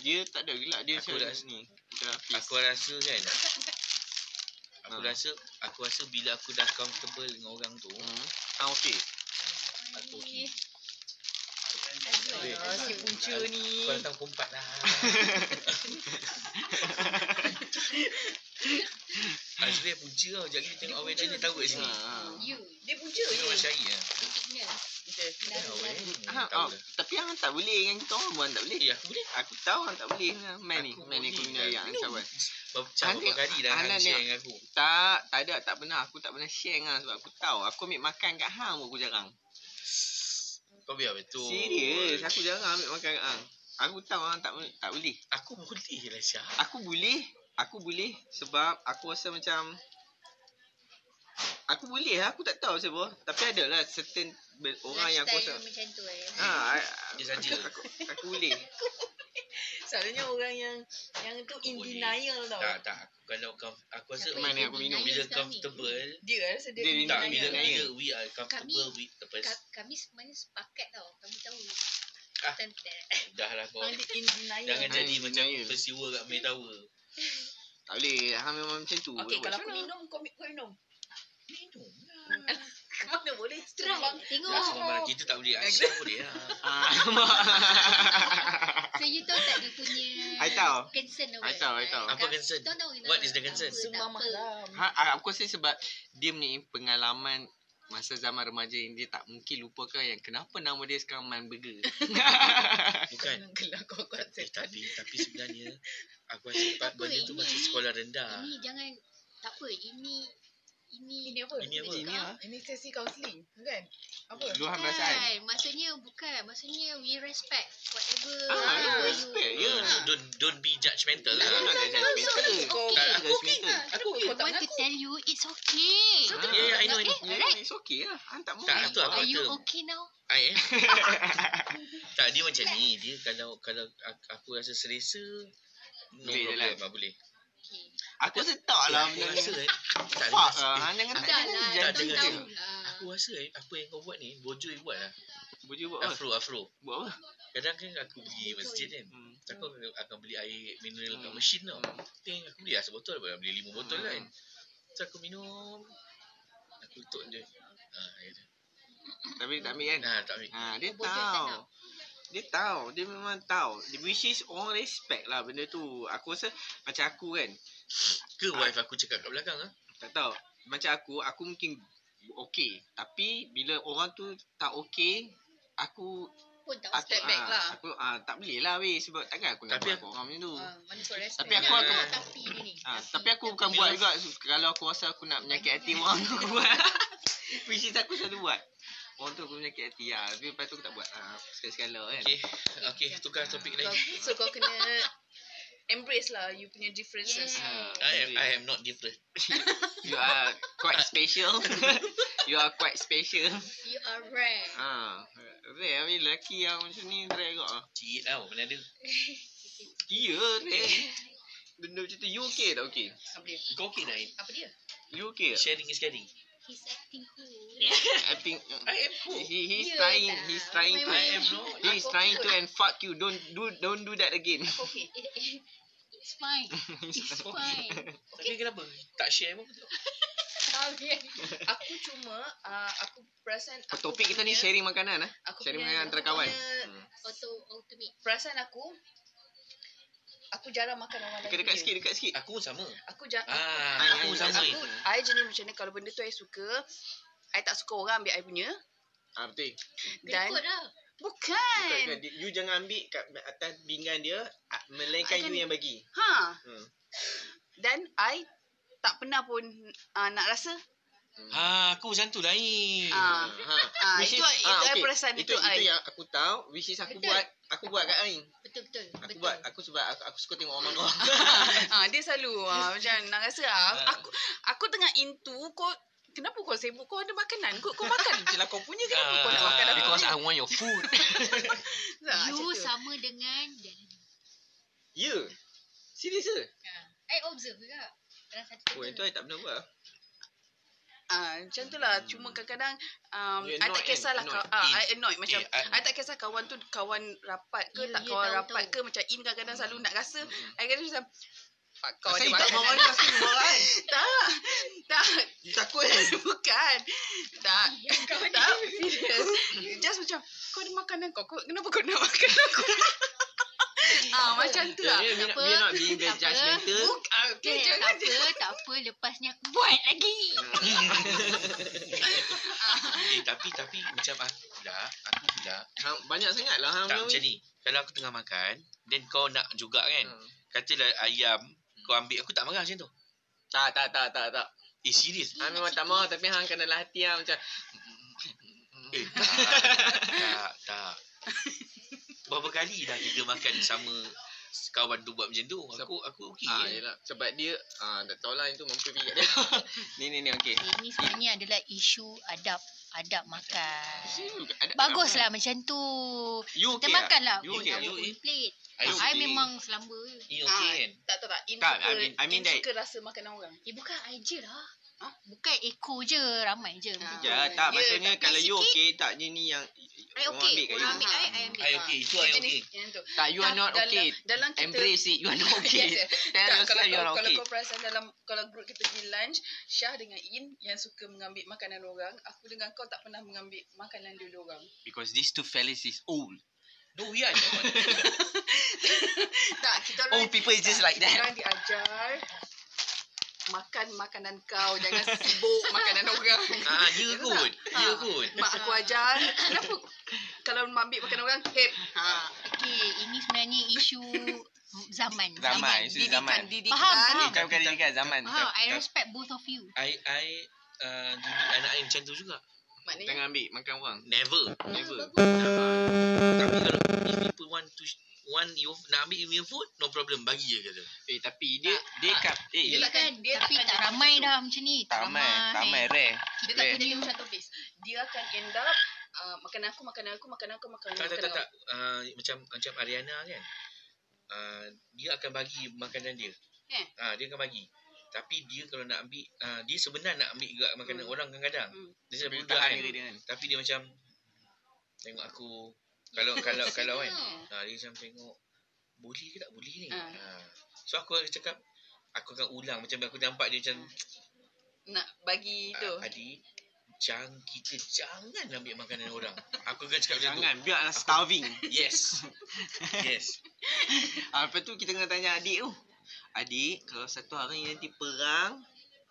dia tak ada gelak dia Aku macam rasa- ni grafis. aku rasa kan. Aku Ha. rasa, aku rasa bila aku dah comfortable dengan orang tu, hmm. ah okey Ah, aku okey. Alah, Ah, si punca ni. Kau datang kompat lah. Azri punca tau. Sekejap kita tengok awet ni tahu kat sini. Ah, ah. You. Dia punca Tengok je. Mak Syari lah. Signal. Tengok awet ni. Ah, Tahu ah, lah. tapi hang tak boleh dengan kita orang pun tak boleh. Eh, aku boleh. Aku tahu hang tak boleh lah. Main ni, Aku main ni Ya. boleh aku punya lah. yang No. sahabat. Macam Anak- berapa kali dah hang anak share ni- dengan aku. Tak, tak ada, tak pernah. Aku tak pernah share dengan hang sebab aku tahu. Aku ambil makan kat hang pun aku jarang. Kau biar betul. Serius, aku jarang ambil makan kat hang. Aku tahu hang tak tak boleh. Aku boleh lah Syah. Aku boleh, aku boleh sebab aku rasa macam Aku boleh lah, aku tak tahu siapa. Tapi ada lah certain be- orang yang aku rasa. Lifestyle macam tu eh. Ha, Dia saja. aku, aku, aku boleh. Selalunya orang yang yang tu in Boleh. denial tau. Tak, tak. Aku, kalau kau, aku rasa Siapa Main ni yang aku minum. denial bila sekarang ni? comfortable, Dia rasa dia, Dia Tak, in tak, denial. bila, denial. bila we are comfortable Kami- with the person. Ka- Kami semuanya sepakat tau. Kami tahu. Ah. Tentang. Dah lah kau. Orang dia in denial. Jangan Hai, jadi macam denial. peristiwa kat May Tower. Tak boleh, hang memang macam tu. Okay, Buat kalau macam aku mana? minum, kau, mi- kau minum. Minum lah. Mana boleh? Try. Bang, Tengok. Lah, sembang kita tak boleh. Aisyah boleh lah. Ah, So you tahu tak dia punya I tahu. concern apa? I tahu, I tahu. Apa concern? Tahu tahu What is the concern? Semua lah. malam. Ha, ah, aku rasa sebab dia punya pengalaman masa zaman remaja yang dia tak mungkin lupakan yang kenapa nama dia sekarang Man Burger. Bukan. Gelak Kan? kau kau rasa. Eh, tapi tapi sebenarnya aku rasa pa- Apa benda tu ini? macam sekolah rendah. Ini jangan tak apa. Ini ini Ini apa? Ini apa? Ini lah. Ini ah. sesi counselling, bukan? Apa? Luahan perasaan. Bukan, maksudnya bukan. Maksudnya we respect whatever. Ah, whatever you you- respect je. Uh, don't don't be judgmental Tak lah. nak tak judgemental. Kau- Tak nak aku judgemental. okay. Aku I kau tak want to mengaku. tell you it's okay. Ah, Ya, ya, I know, I know. Ya, Alright. it's okay lah. Han tak mau. Tak, tu apa Are tu? you okay now? I am. tak, dia macam ni. Dia kalau kalau aku, aku rasa selesa, no Boleh problem jalan. lah, boleh. Okay. Aku rasa tak lah aku benda ni. rasa eh, tak ada Fuck rasa, lah. Han eh, jangan tak Dah lah, jangan tak tak dengar tahu judgemental. lah. aku rasa eh, apa yang kau buat ni, bojoi buat lah. Boleh buat apa? Afro, afro. Buat apa? Kadang kan aku pergi masjid kan, Hmm. aku akan- akan beli air mineral kat Hmm. mesin tau. Ting, aku beli lah sebotol, aku beli lima botol kan. So aku minum, aku tutup je. Ha, air dia. Tapi tak ambil kan? Nah, Ah, tak ambil. Ha, dia Bodoh tak tahu. nak. Dia tahu. Dia memang tahu. Dia- Which is orang respect lah benda tu. Aku rasa macam aku kan. Ke wife aku cakap kat belakang ah. Tak tahu. Macam aku, aku mungkin okey. Tapi bila orang tu tak okey, aku pun tak Aku, Step step back ah, lah. Aku ah, tak boleh lah weh sebab takkan aku nak Tapi buat aku- Ya. aku, orang macam tu. Ah, mana kau respect. Tapi aku- aku- tapi dia ni. Ah, tapi aku bukan buat juga So, kalau aku rasa aku nak menyakit hati orang tu aku buat. Which is aku selalu buat. Orang tu aku menyakit hati lah. Tapi lepas tu aku tak buat. Ah, sekala-sekala kan. Okay, okay tukar topik Kau, lagi. so kau kena embrace lah you punya differences. Yeah. Ah, I am, okay. I am not different. You are quite special. you are quite special. You are rare. Ah, rare habis lelaki yang macam ni rare kot. ah. Cik tau, mana ada. Ya, rare. Benda macam tu you okay tak okay? Apa dia? Kau okay tak, Ain? Apa dia? You okay? tak? Sharing is caring. He's acting cool. I think I am cool. he he's Ya trying tak? he's trying to I am not. he's Aku trying ikut. to and fuck you don't do don't do that again. Okay. It's fine. It's fine. Tapi kenapa? Tak share pun betul. Okay. Aku cuma uh, aku perasan aku Topik kita ni punya- sharing makanan ah. Aku Sharing punya- makanan antara aku kawan. punya Hmm. Auto ultimate. Perasaan aku aku jarang makan orang lain. Dekat dekat punya. sikit dekat sikit. Aku pun sama. Aku jarang Ah, Ah, aku ah, sama. ah, Ain. aku I jenis macam ni kalau benda tu I suka I tak suka orang ambil I punya Ah betul. Kan? dan Berikut dah. Bukan, bukan bukan. Dia- You jangan ambil kat atas pinggan dia ah, melainkan you Akan- yang bagi. ha Hmm. dan I tak pernah pun uh, nak rasa Ah, aku macam tu lain. Ah. Ha. Ah, Which itu- is- itu I perasan, itu itu, I. yang aku tahu which is aku Betul. buat aku buat kat Ain. Betul-betul. Aku Betul. buat aku sebab aku, aku suka tengok orang makan. ha, dia selalu ha, macam nak rasa Ah. ha, aku aku tengah into kau kenapa kau sibuk kau ada makanan kau kau makan je lah kau punya kan kenapa kau nak makan Ah, aku Because punya? I want your food. Ha, macam You tu. ah. sama dengan Jalani. Ya. Yeah. Serius ke? Ya. I observe juga. Dalam satu Oh, itu benda. I tak pernah buat. Ah, macam tu lah. Cuma kadang-kadang um, Hmm. You I annoyed tak kisahlah kan? kaw- Annoyed. ah, In. I annoyed macam Eh, I- I tak kisah kawan tu kawan rapat ke You- tak you kawan tahu, rapat ke tahu. macam in kadang-kadang selalu Hmm. nak rasa I kadang macam "Fuck, kau Kau ada Asal you tak makanan mau makan, asal you marah kan? tak tak You takut kan? bukan tak Ya, tak serius just macam kau ada makanan kau kau kenapa kau nak makan aku ah macam tu lah Yeah, Tak apa. we're not being that Tak apa. judgmental. Ah, okay, Okay, jangan tak apa, tak apa. Lepas ni aku buat lagi. Eh, tapi, tapi macam aku pula, aku pula, Ha, banyak sangat lah. Ha, tak Melawi. macam ni. Kalau aku tengah makan, then kau nak juga kan. Hmm. Katalah ayam, kau ambil, aku tak marah macam tu. Tak, tak, tak, tak, tak. Eh, serius? Ha, memang tak mau tapi hang kena lah hati hang macam Hmm. Eh, tak, tak, tak. Berapa kali dah kita makan sama kawan tu buat macam tu? Aku aku okey. ah je. yelah sebab dia ah tak tahu lah itu mampu pergi kat dia. ni ni ni okey. Ini sebenarnya adalah isu adab. Adab makan. Hmm, ada- Baguslah macam tu. You okay. Kita tak? makan lah. You okay? Our You own eat? plate. I I, okay. memang selamba je. Ini Ah, okey kan? tak tak tak in Tak, suka I mean- I mean in that- suka rasa makanan orang Eh bukan I je lah. Ha? Bukan Eko je. Ramai je. macam tu. Ya, tak Ya, maksudnya tapi kalau you sikit- okay tak ni ni yang I orang okay. ambil kat Orang you. ambil I, I I ambil. Ah, okey, itu I okey. Yang tu. Tak you are Tak, not dalam- okay. Dalam kita Embrace it. You are not okay. Yes, yes. Tell Tak, kalau, yourself you are kau, not kalau okay. kau perasan dalam kalau group kita pergi lunch, Syah dengan In yang suka mengambil makanan orang, aku dengan kau tak pernah mengambil makanan dulu orang. Because these two fellas is old. No, we are not. tak, kita orang Old Oh, people is just like kita that. orang diajar makan makanan kau, jangan sibuk makanan orang. ah, ya Betul kot. tak? Ya Ah. kot. Mak aku ajar, kenapa kalau ambil makanan orang, hip. Ha. Okey, ini sebenarnya isu zaman. Zaman, isu Didikan. zaman. Eh, Didikan. Faham, faham. Bukan bukan dekat kan, zaman. Faham, I tak- respect both of you. I I uh, didik anak I macam tu juga. Maknanya, Jangan ambil makan orang. Never. Never. Tapi kalau if people want to want you nak ambil you punya food, no problem. Bagi je kata. Eh tapi dia dia kat eh Dia Dia tak kan, akan- dia tapi tak akan tak jadi ramai macam tu. dah macam ni. Tak ramai. rare. dia Eh. tak jadi macam tu, Fiz. Dia akan end up, uh, makanan aku, makanan aku, makanan aku, makanan Tak tak makanan tak, orang. tak. Uh, macam macam Ariana kan. Uh, dia akan bagi makanan dia. Eh. Ah, dia akan bagi. Tapi dia kalau nak ambil uh, dia sebenarnya nak ambil juga makanan Hmm. orang kadang-kadang. Hmm. Dia sedang Dia budak tahan kan. diri dia kan. Tapi dia macam tengok aku kalau kalau kalau kan. Hmm. Ha, dia macam tengok boleh ke tak boleh ni. Ha. Ha. So aku akan cakap aku akan ulang macam aku nampak dia macam Nak bagi tu. "Ah, Adi jangan kita jangan ambil makanan orang. Aku akan cakap macam Jangan biarlah starving. tu. Yes. Yes. Ah lepas tu kita kena tanya adik tu. Adik, kalau satu hari nanti perang,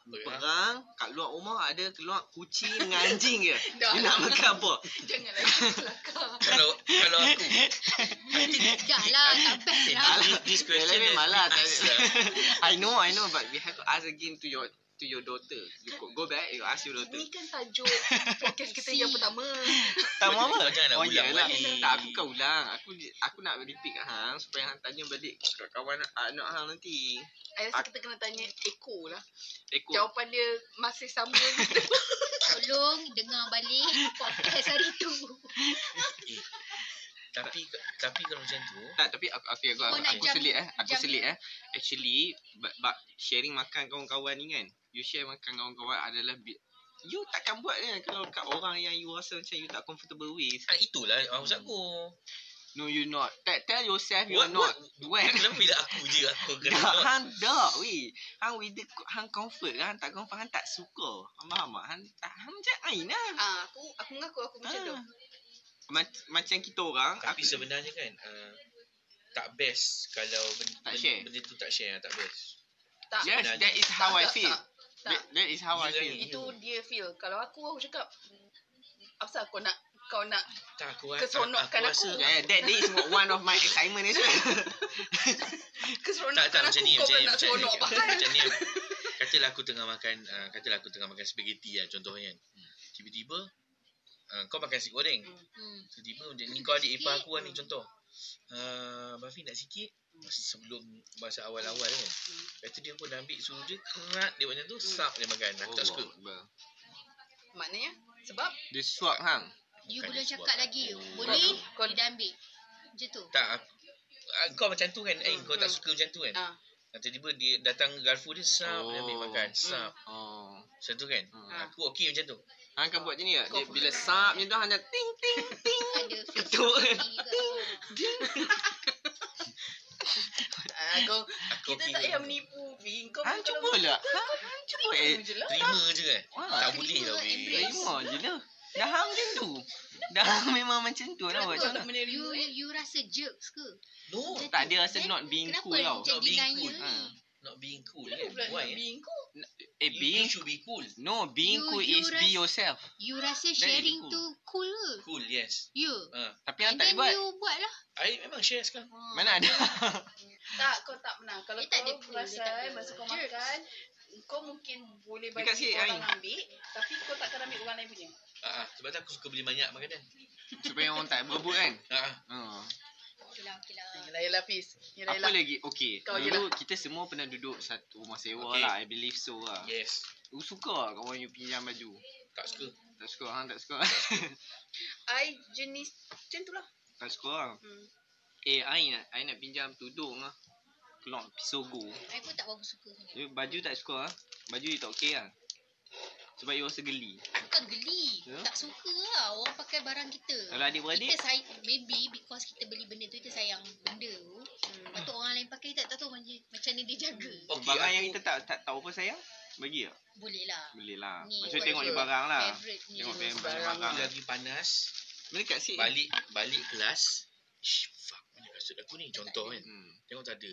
Ya. Perang kat luar rumah ada keluar kucing dengan anjing je. Dah. Dia nak makan apa? Jangan lagi kelakar. Kalau kalau aku Dah lah, tak best lah. Alah, this question Yalah, memang has lah, been tak- asked I know, I know but we have to ask again to your to your daughter. You go- go back, you ask your daughter. Ini kan tajuk podcast kita yang pertama. Tak mau apa? Takkan nak Oh ulang iyalah. balik. Tak aku kau ulang. Aku aku nak repeat kat hang supaya hang tanya balik kat kawan ah, anak hang nanti. I rasa kita kena tanya Eko lah. Ekor. Jawapan dia masih sama. Tolong dengar balik podcast hari tu. Tapi tapi kalau macam tu Tak tapi aku aku aku, Kau aku, Oh, nak aku jam- selit eh. Aku jamin? selit eh. Actually bab bab sharing makan kawan-kawan ni kan. You share makan kawan-kawan adalah bi- you takkan buat kan kalau kat orang yang you rasa macam you tak comfortable with. ah, itulah maksud aku. No you not. Tell, tell yourself you What- are not. When Kenapa bila aku je aku kena Dah, not? hang dah weh. Hang with the, hang comfort lah. Hang tak comfort, hang tak suka. Hang faham tak? Hang, hang macam ain lah. ah, aku aku mengaku aku macam tu. Ah. Mac- macam kita orang. Tapi aku- sebenarnya kan uh, tak best kalau benda, Tak benda, share. benda tu tak share tak best. Tak. Yes, sebenarnya. that is how tak, I tak, feel. tak, tak. That, that is how I Yelah, feel. yelah. Itu dia feel. Kalau aku aku cakap apa kau nak kau nak Tak aku ra- Keseronokan kan aku. rasa- Yeah, that day is one of my excitement as well. tak keseronokan tak macam kan aku ni kau macam pun ni nak seronok macam ni pasal. macam ni katalah aku tengah makan uh, katalah aku tengah makan spaghetti lah contohnya kan Hmm. tiba-tiba uh, kau makan nasi goreng Hmm. tiba-tiba macam ni kau adik ipar aku lah ni Hmm. contoh uh, Bafi nak sikit sebelum masa awal-awal kan lepas tu dia pun ambil suruh dia kengat dia macam tu sap dia makan aku tak suka Maknanya sebab Dia suap hang. You Bukan belum dia cakap buat lagi. aku. Boleh, Kau- dia dah ambil. Macam tu. tak aku, ah, kau macam tu kan eh Hmm, kau tak hmm. suka macam tu kan Ah. Dan tiba-tiba dia datang garfu dia sap dia ambil Oh. makan sap Oh. macam tu kan Hmm. aku okey macam tu Hang kan buat macam ni tak? Kau- Dia, bila sap je tu hang dah ting ting ting. Ada Betul. flexibility ke. ah, kau aku kita okey tak dengan payah tu. menipu Vin. Kau Hang cuba lah. Hang hang cuba eh. je lah. Terima je kan Wah, Tak boleh lah weh terima je lah. Dah hang macam tu. Dah hang memang macam tu lah buat macam tak mana. menerima You eh? you rasa jerks ke? No Tak, dia rasa Then not being Kenapa cool tau. jadi Not being denier cool. ni? Ha. Not being cool Kenapa kan pula nak Why eh? bing kau? Eh, You, you being should be cool No, being You- cool you is be ras- yourself. You rasa Then sharing cool. tu cool ke? Cool yes You. ha. Tapi hang And tak then buat. you buat lah. I memang share sekarang Mana ada? Tak, kau Eh, tak pernah. Kalau Dia tak ada kau cool, dia tak perasan ada masa kau jerks. makan, kau mungkin boleh bagi Dekat sini, orang Ain. ambil, tapi kau takkan ambil orang lain punya. ha, ha. Sebab tu aku suka beli banyak makanan Supaya orang tak berebut kan? ha. ha. Ha. Okay lah, okay lah. Ah, Yelah, yelah, Fiz. Yelah, Apa yelah. lagi? Okay. Kau je Dulu kita semua pernah duduk satu rumah sewa Okay. lah. I believe so lah. Yes You suka lah kawan you pinjam baju? Tak suka Tak suka. Hang tak suka. I jenis macam tu lah. tak suka lah. Hmm. Eh, I nak, I nak pinjam tudung lah. Keluar pisogo. I pun tak bagus suka sangat. You baju tak suka lah. Baju you tak okay lah. Sebab you rasa geli. Bukan geli. Ya? Tak suka lah orang pakai barang kita. Kalau adik-beradik? Kita sayang. Maybe because kita beli benda tu, kita sayang benda tu. Hmm. Lepas tu orang lain pakai, kita tak tahu macam, macam mana dia jaga. Okay, barang aku- yang kita tak tak tahu apa sayang, bagi tak? Boleh lah. Boleh lah. Ni, Maksudnya whatever. tengok you barang lah. Favorite ni. Tengok dulu. barang. Aku lagi panas Bila kat si? Ah, Balik Balik kelas Ish, fuck mana kasut aku ni Contoh kan Hmm. Tengok tak ada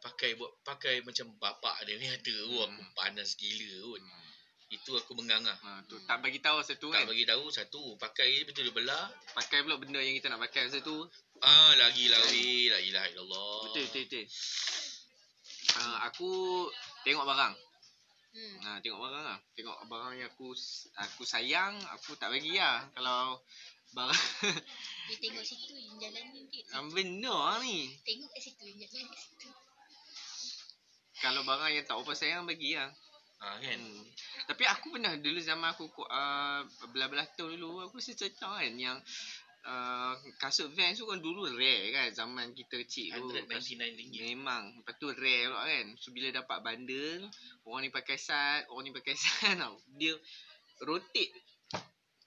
Pakai buat Pakai macam bapak dia ni ada Oh aku panas gila kot Hmm. Itu aku mengangah Ha, tu, tak bagi tahu satu Tak kan. bagi tahu satu pakai betul dia belah. Pakai pula benda yang kita nak pakai masa tu. Ah lagi lah weh, la ilaha illallah. Betul, betul, betul. Uh, aku tengok barang. Hmm. Ha, tengok barang lah. Tengok barang yang aku aku sayang, aku tak bagi lah. Kalau barang Dia tengok situ, yang jalan ni. dia benar lah ni. Tengok kat situ, yang jalan kat situ. Kalau barang yang tak apa sayang bagi lah. Ah kan. Hmm. Tapi aku pernah dulu zaman aku ku- uh, belah-belah tahun dulu aku rasa cerita kan yang uh, kasut Vans tu kan dulu rare kan zaman kita kecil tu. Kasut- RM199. Memang. Lepas tu rare pula kan. So bila dapat bundle, orang ni pakai sat, orang ni pakai sat tau. Dia rotate.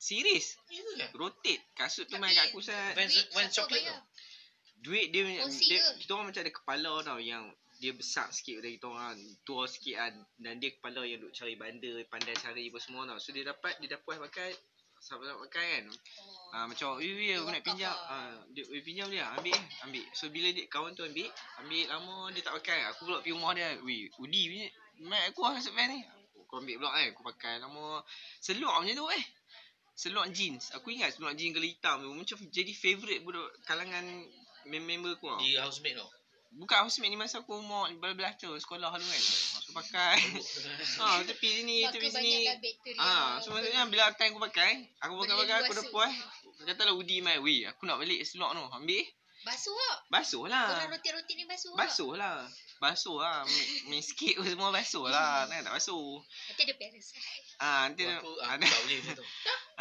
Serius. Ya. Rotate. Kasut tu Tapi- main kat aku sat. Vans Duit Vans siapa coklat bayar? tu. Duit dia, dia, Kongsi dia ke? kita orang macam ada kepala tau yang dia besar sikit dari kita orang tua sikit kan dan dia kepala yang duk cari bandar pandai cari apa semua tau so dia dapat dia dah puas pakai sama-sama pakai kan Oh. Ah macam weh weh aku Dia nak wakaf pinjam. lah. Ah dia weh pinjam dia ambil eh, ambil. So bila dia kawan tu ambil, ambil lama dia tak pakai. Aku pula pergi rumah dia. Weh, Udi punya mat aku lah kasut van ni. Aku Aku ambil pula kan. Aku pakai nama selok macam tu eh. Selok jeans. Aku ingat selok jeans kala hitam tu. Macam jadi favourite budak kalangan mem- member aku tau. Di housemate tau. Bukan housemate ni masa aku umur belas-belas tu. Sekolah dulu kan. Aku pakai. ha, tepi sini, tepi sini. Kebanyakan bakteria. Ah, so maksudnya bila time aku pakai, aku Benda pakai-pakai aku dah luas tu. puas. lah Katalah Udi mai, weh, aku nak balik selok tu. Ambil, Basuh tak? basuh Korang lah. roti-roti ni basuh tak? Basuh lah. Basuh lah. Mi- Main sikit pun semua basuh lah. Takkan tak basuh. Nanti ada parasite. Ah, nanti Aku, aku ada. tak boleh macam tu.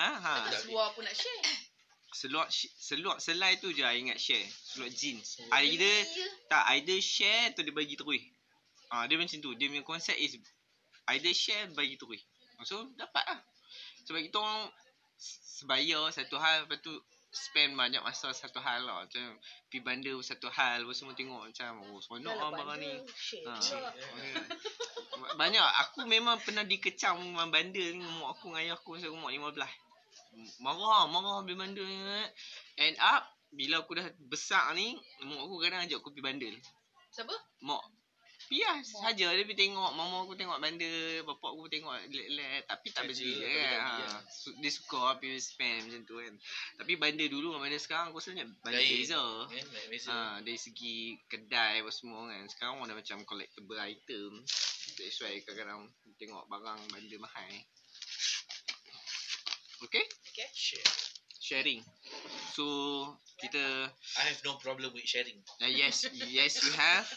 Ah, ha. Tak seluar pun nak share. Selot shi- selot selai tu je I ingat share. Selot jeans. Either tak either share atau dia bagi terus. Ah dia macam tu. Dia punya konsep is either share bagi terus. So dapat lah. Sebab kita orang s- sebaya satu hal lepas tu spend banyak masa satu hal lah. Macam pergi bandar pun satu hal. Lepas tu semua tengok macam oh seronok lah barang ni. Ha. eh. Ba- Hmm. Banyak. Aku memang pernah dikecam dengan bandar ni. Mak aku dengan ayah aku masa aku umur 15. M- Marah, marah bila bandar ni. End up, bila aku dah besar ni, mak aku kadang ajak aku pergi bandar. Siapa? Mak. Pias saja dia pergi tengok mama aku tengok bandar bapak aku tengok let-let tapi tak Saja, beli je tapi kan tak ha. beli, ya. Su- dia suka api spam macam tu kan tapi bandar dulu dengan bandar sekarang aku rasa banyak banyak Lain. beza Eh, naik Ah, meja. ha, dari segi kedai apa semua kan sekarang orang dah macam collectible item that's why kadang-kadang tengok barang benda mahal okay Okay. Share. sharing so kita I have no problem with sharing. uh, yes yes you have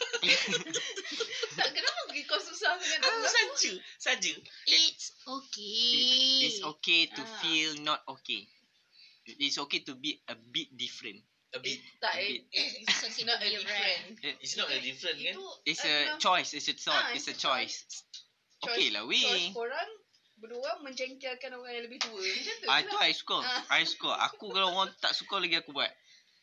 Tak kenapa kau Ah, susah sangat nak buat? saja. Saja. It's okay. it's okay to Ah. feel not okay it's okay to be a bit different A bit. Tak eh. It's okay to Not a be different. around. It's not a different kan? Itu uh, it's adalah a choice it's a choice Ah, it's a choice okay lah Choice weh korang berdua menjengkelkan orang yang lebih tua. Macam tu. Ah je tu lah. I suka. I suka. Aku kalau orang tak suka lagi aku buat.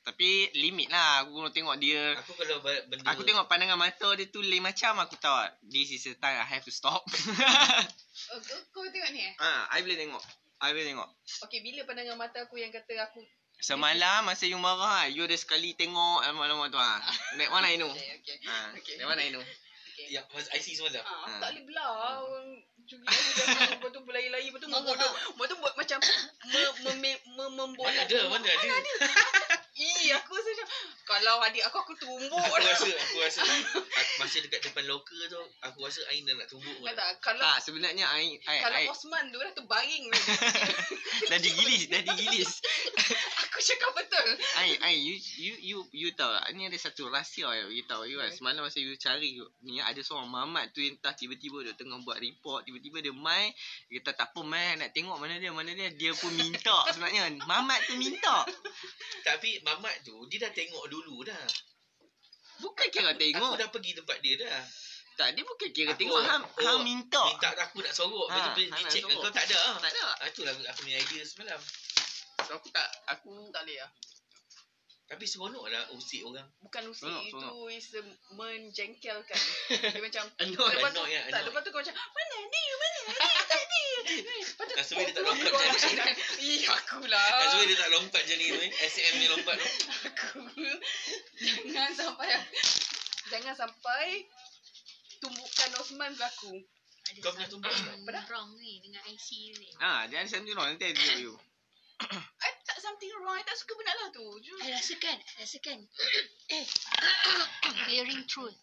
Tapi limit lah. Aku kalau tengok dia. Aku kalau ba- benda Aku tengok pandangan mata dia tu lain macam aku tahu. tak, This is the time I have to stop. Oh, kau, kau tengok ni eh. ah, I boleh tengok. I boleh tengok. Okey, bila pandangan mata aku yang kata aku Semalam masa you marah, you ada sekali tengok lama-lama tu ah. That one I know. Okay, okay. Ah, Okay. that one I know. Ya, mas I see semua dah. Ah, Ah. tak boleh belah orang curi aku dah lepas tu berlari-lari lepas tu Marah. membodoh lepas tu buat macam me, me, me, Mana membolak ada, mana ada. Ih, aku rasa macam kalau adik aku aku tumbuk Aku dah. rasa, aku rasa. aku- Masa dekat depan loker tu, aku rasa Ain dah nak tumbuk pun. Tak, tak, kalau Ah, Tak, Ah, sebenarnya eh, I, I, kalau I Osman tu dah terbaring tu. dah digilis, dah digilis. aku cakap betul. Ai, ai, you, you, you, you tahu tak? Ni ada satu rahsia yang you tahu you kan. Semalam masa you cari ni ada seorang mamat tu yang entah tiba-tiba dia tengah buat report. Tiba-tiba dia mai. Dia kata tak apa mai nak tengok mana dia, mana dia. Dia pun minta sebenarnya. Mamat tu minta. Tapi mamat tu, dia dah tengok dulu dah. Bukan kira Aku tengok. dah pergi tempat dia dah. Tak, dia bukan kira Aku- tengok. Ham, aku- ham minta. Minta aku nak sorok. Ha, Ha, dia ha, nak check sorok. kau tak ada. Tak ada. Ha. Itulah aku punya idea semalam. So, aku tak, aku Tak boleh lah. Tapi seronok lah usik orang. Bukan usik Seronok, itu seronok. is a- menjengkelkan. Dia macam Oh, Annoy, lepas tu, annoy ya, tak, annoy. lepas tu kau macam mana ni, mana ni, tak ni. Lepas tu Nasib baik dia tak kau- lompat kau- jadi. Ih, akulah. Tak sebab dia tak lompat je ni tu eh. SM dia lompat tu. aku jangan sampai jangan sampai tumbukan Osman berlaku. Ada Kau pernah tumbuk tak? something wrong ni dengan IC ni. Ah, jangan sampai wrong. Nanti I tunjuk you. I tak something wrong. I tak suka benda lah tu. Jom. I rasakan, I rasakan. eh, clearing truth.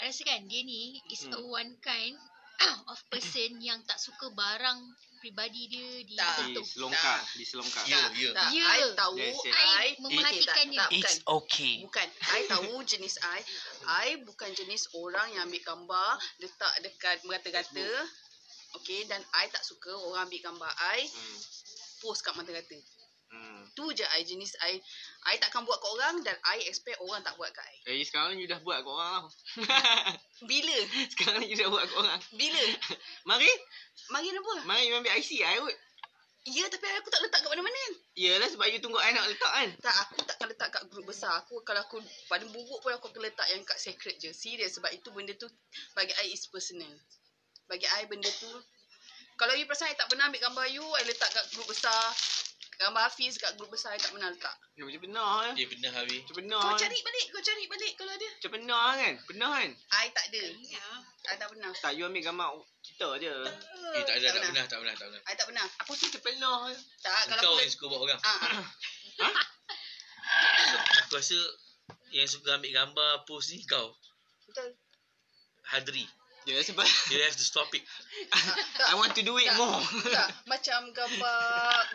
I rasakan dia ni is a one kind of person yang tak suka barang pribadi dia di Tak. Di sentuh. selongkar, di selongkar. Ya, Ah, ya. Tak, Ya. I tahu. Yes, yes. I I, memerhatikan Eh, dia. tak, tak. It's okay. bukan. I tahu jenis I. I bukan jenis orang yang ambil gambar, letak dekat merata-gata. Okay, dan I tak suka orang ambil gambar I, Hmm. post kat merata-gata. Hmm. Tu je I jenis I. I takkan buat kat orang dan I expect orang tak buat kat I. Eh, sekarang you dah buat kat orang tau. Bila? sekarang you dah buat kat orang. Bila? Mari, Mari apa? mari you ambil IC, I kot. Ya, tapi aku tak letak kat mana-mana. Yelah sebab you tunggu I nak letak kan Tak, aku takkan letak kat grup besar. Aku kalau aku paling buruk pun aku akan letak yang kat secret je. Serius sebab itu benda tu bagi I is personal. Bagi I benda tu kalau you perasan I tak pernah ambil gambar you, I letak kat grup besar. Gambar Hafiz kat grup besar I tak pernah letak. Ah. Dia macam benar eh. Dia benar Hawi. Macam benar. Kau eh. cari balik, kau cari balik kalau ada. Ya. Macam benar kan? Benar kan? I tak ada. I tak pernah. Tak, you ambil gambar kita je. Eh tak ada tak pernah tak pernah tak pernah. I tak pernah. Apa kita pernah? Tak, kalau Kau aku... yang suka buat orang. Ah, ah. Aku rasa yang suka ambil gambar post ni kau. betul. Hadri. Ya, sebab You have to stop it. Tak, I want to do it tak, more. tak. Macam gambar,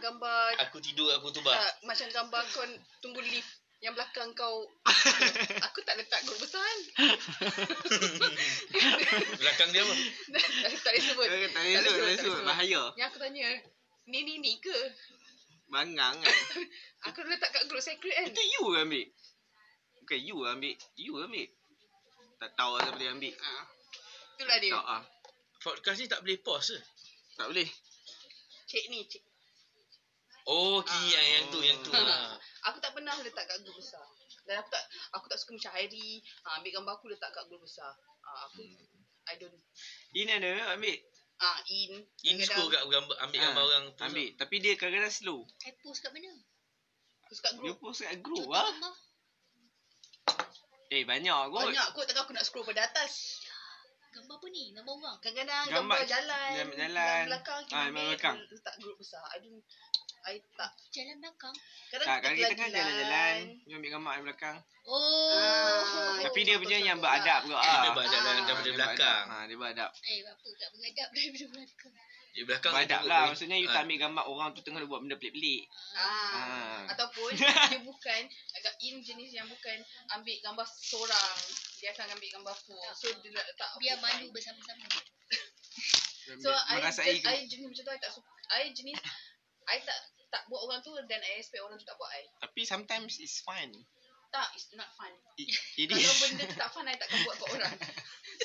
gambar, Aku tidur aku Ah. tumbang. tak, macam gambar kau tunggu lift yang belakang kau. aku tak letak grup besar kan. Belakang dia apa? tak boleh sebut. Tak boleh sebut, tak boleh sebut. Bahaya. Yang aku tanya, ni ni ni ke? Bangang kan? Aku letak kat grup secret kan? Itu you yang ambil. Bukan you yang ambil. You yang ambil. Tak tahu lah siapa dia ambil. Ah. Itulah dia. Tak ah. Podcast ni tak boleh eh? pause ke? Tak boleh. Cik ni, cik. Ah. Oh, ki Ah. yang yang tu yang tu. Ha. Aku tak pernah letak kat grup besar. Dan aku tak aku tak suka macam Hairi. Ha, ambil gambar aku letak kat grup besar. Ha, aku I don't In ada ambil. ah in. Ini suka kat gambar ambil Ha, gambar orang post. Ambil. Tapi dia kadang-kadang slow. I post kat mana? Aku kat Dia grup. post kat group Contoh lah. gambar. Eh, banyak kot. Banyak kot takkan aku nak scroll pada atas. Gambar apa ni? Gambar orang. Kadang-kadang gambar, Gambar jalan, jalan- jalan. Ah, belakang, kena memang ambil, belakang. letak grup besar. I don't I tak Jalan belakang. kadang Tak, kalau kita kan tergila-gilaan. jalan-jalan. You ambil gambar di belakang. Oh. Ah, Tapi dia punya yang lah. beradab contoh-contoh kot lah. Dia Ah. badak dalam daripada Dia belakang. beradab. Ha, dia beradab. Eh, apa tak mengadap daripada belakang. Di belakang Beradab tengok lah. orang- Maksudnya you Ah, tak ambil gambar orang tu tengah buat benda pelik-pelik. Ah. Ah. Ataupun dia bukan agak in jenis yang bukan ambil gambar seorang. Dia akan ambil gambar full. So dia nak letak Biar malu bersama-sama. So I, merasai just, I jenis macam tu I tak suka. I jenis I tak tak buat orang tu dan I expect orang tu tak buat I. Tapi sometimes it's fun. Tak, it's not fun. It, it Kalau is. benda tu tak fun I takkan buat kat orang.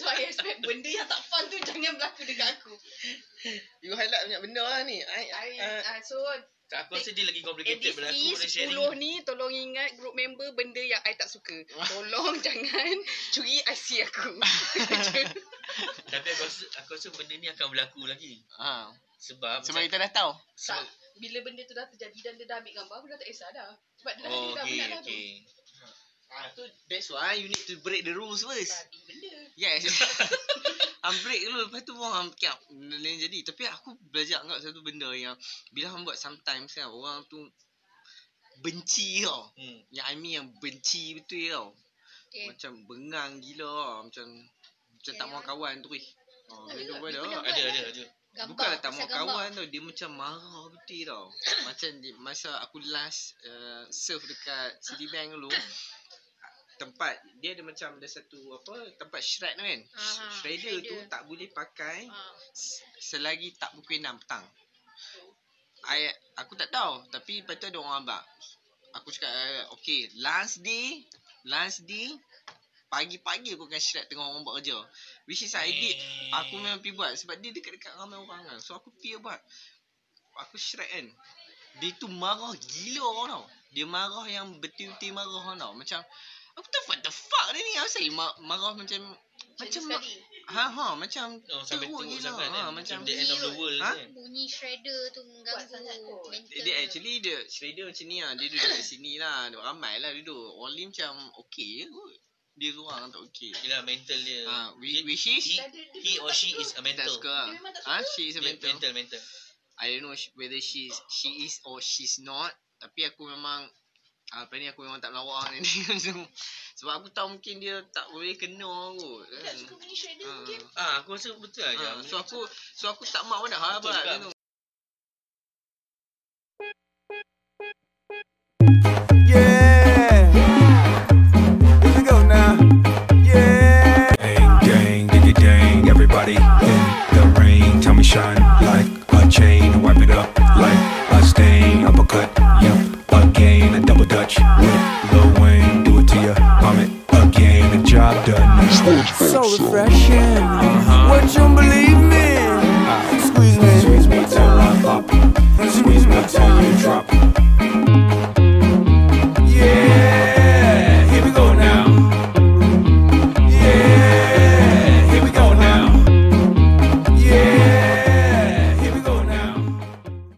So I expect benda yang tak fun tu jangan berlaku dekat aku. You highlight banyak benda lah ni. I, I, I uh, uh, so tak, Aku rasa dia lagi complicated daripada aku ADC boleh 10 sharing. ni tolong ingat group member benda yang I tak suka. Tolong jangan curi IC aku. Tapi aku rasa, aku rasa benda ni akan berlaku lagi. ha. Sebab, Sebab kita dah tahu. tak, sebab- bila benda tu dah terjadi dan dia dah ambil gambar aku dah tak kisah dah. Sebab dia dah, Oh, dia dah lah okay, penat dah okay. Ah, tu, that's why you need to break the rules tu. first. Tadi benda. Yes. Hang break dulu. Lepas tu orang kiap. Benda lain jadi. Tapi aku belajar kat satu benda yang bila hang buat sometimes kan orang tu benci tau. Hmm. Yang I mean yang benci betul tau. Eh, Macam bengang gila tau. Macam macam tak mau kawan tu. Eh. Oh, Tak juga. dia dah. Dia pernah Ada, ada, ada. gambar. Bukanlah tak mau pasal gambar. kawan tau Dia macam marah betul tau Macam di, masa aku last uh, Surf dekat Citibank dulu Tempat Dia ada macam Ada satu apa Tempat shred tu kan Aha, uh Shredder tu shredder. tak boleh pakai Ah. s- Selagi tak pukul 6 petang I, Aku tak tahu Tapi lepas tu ada orang abang Aku cakap uh, Okay Last day Last day Pagi-pagi aku akan shred Tengah orang buat kerja Which is I did Hmm. Aku memang pergi buat Sebab dia dekat-dekat ramai orang kan So aku pergi buat Aku shred kan Dia tu marah gila orang tau Dia marah yang betul-betul marah orang tau Macam Aku tak what the fuck dia ni Apa saya ma- marah macam Macam ma- sekali. Ha ha macam Oh, sampai teruk teruk gila sangat ha, kan. Macam Macam the end of the world Ha? kan. Bunyi shredder tu mengganggu sangat kot. mental. dia actually dia Shredder macam ni lah Dia duduk kat sini lah Dia ramai lah duduk Orang lain macam Okay je kot Dia seorang tak okay Yelah mental dia. ha, Dia- whi- Which is He, he or she is a Tak mental. suka lah Dia memang tak ha, She is a Dia mental mental, mental. I don't know sh- whether she's she is or she's not tapi aku memang ah apa ni aku memang tak melawak dengan dia semua. sebab aku tahu mungkin dia tak boleh kena kot Dia kan. tak suka bunyi shredder Ah, mungkin. Ah, aku rasa betul ah, lah. Jam. so aku so aku tak lah. mak pada hal Betul juga. pula tu. Yeah. Here we go now. Yeah. Bang, dang, diggy dang, everybody in the rain. Tell me shine like a chain, wipe it up like a stain. Uppercut, yep, again, a double dutch with Lil Wayne. Do it to ya, palm it again, the job done. So refreshing.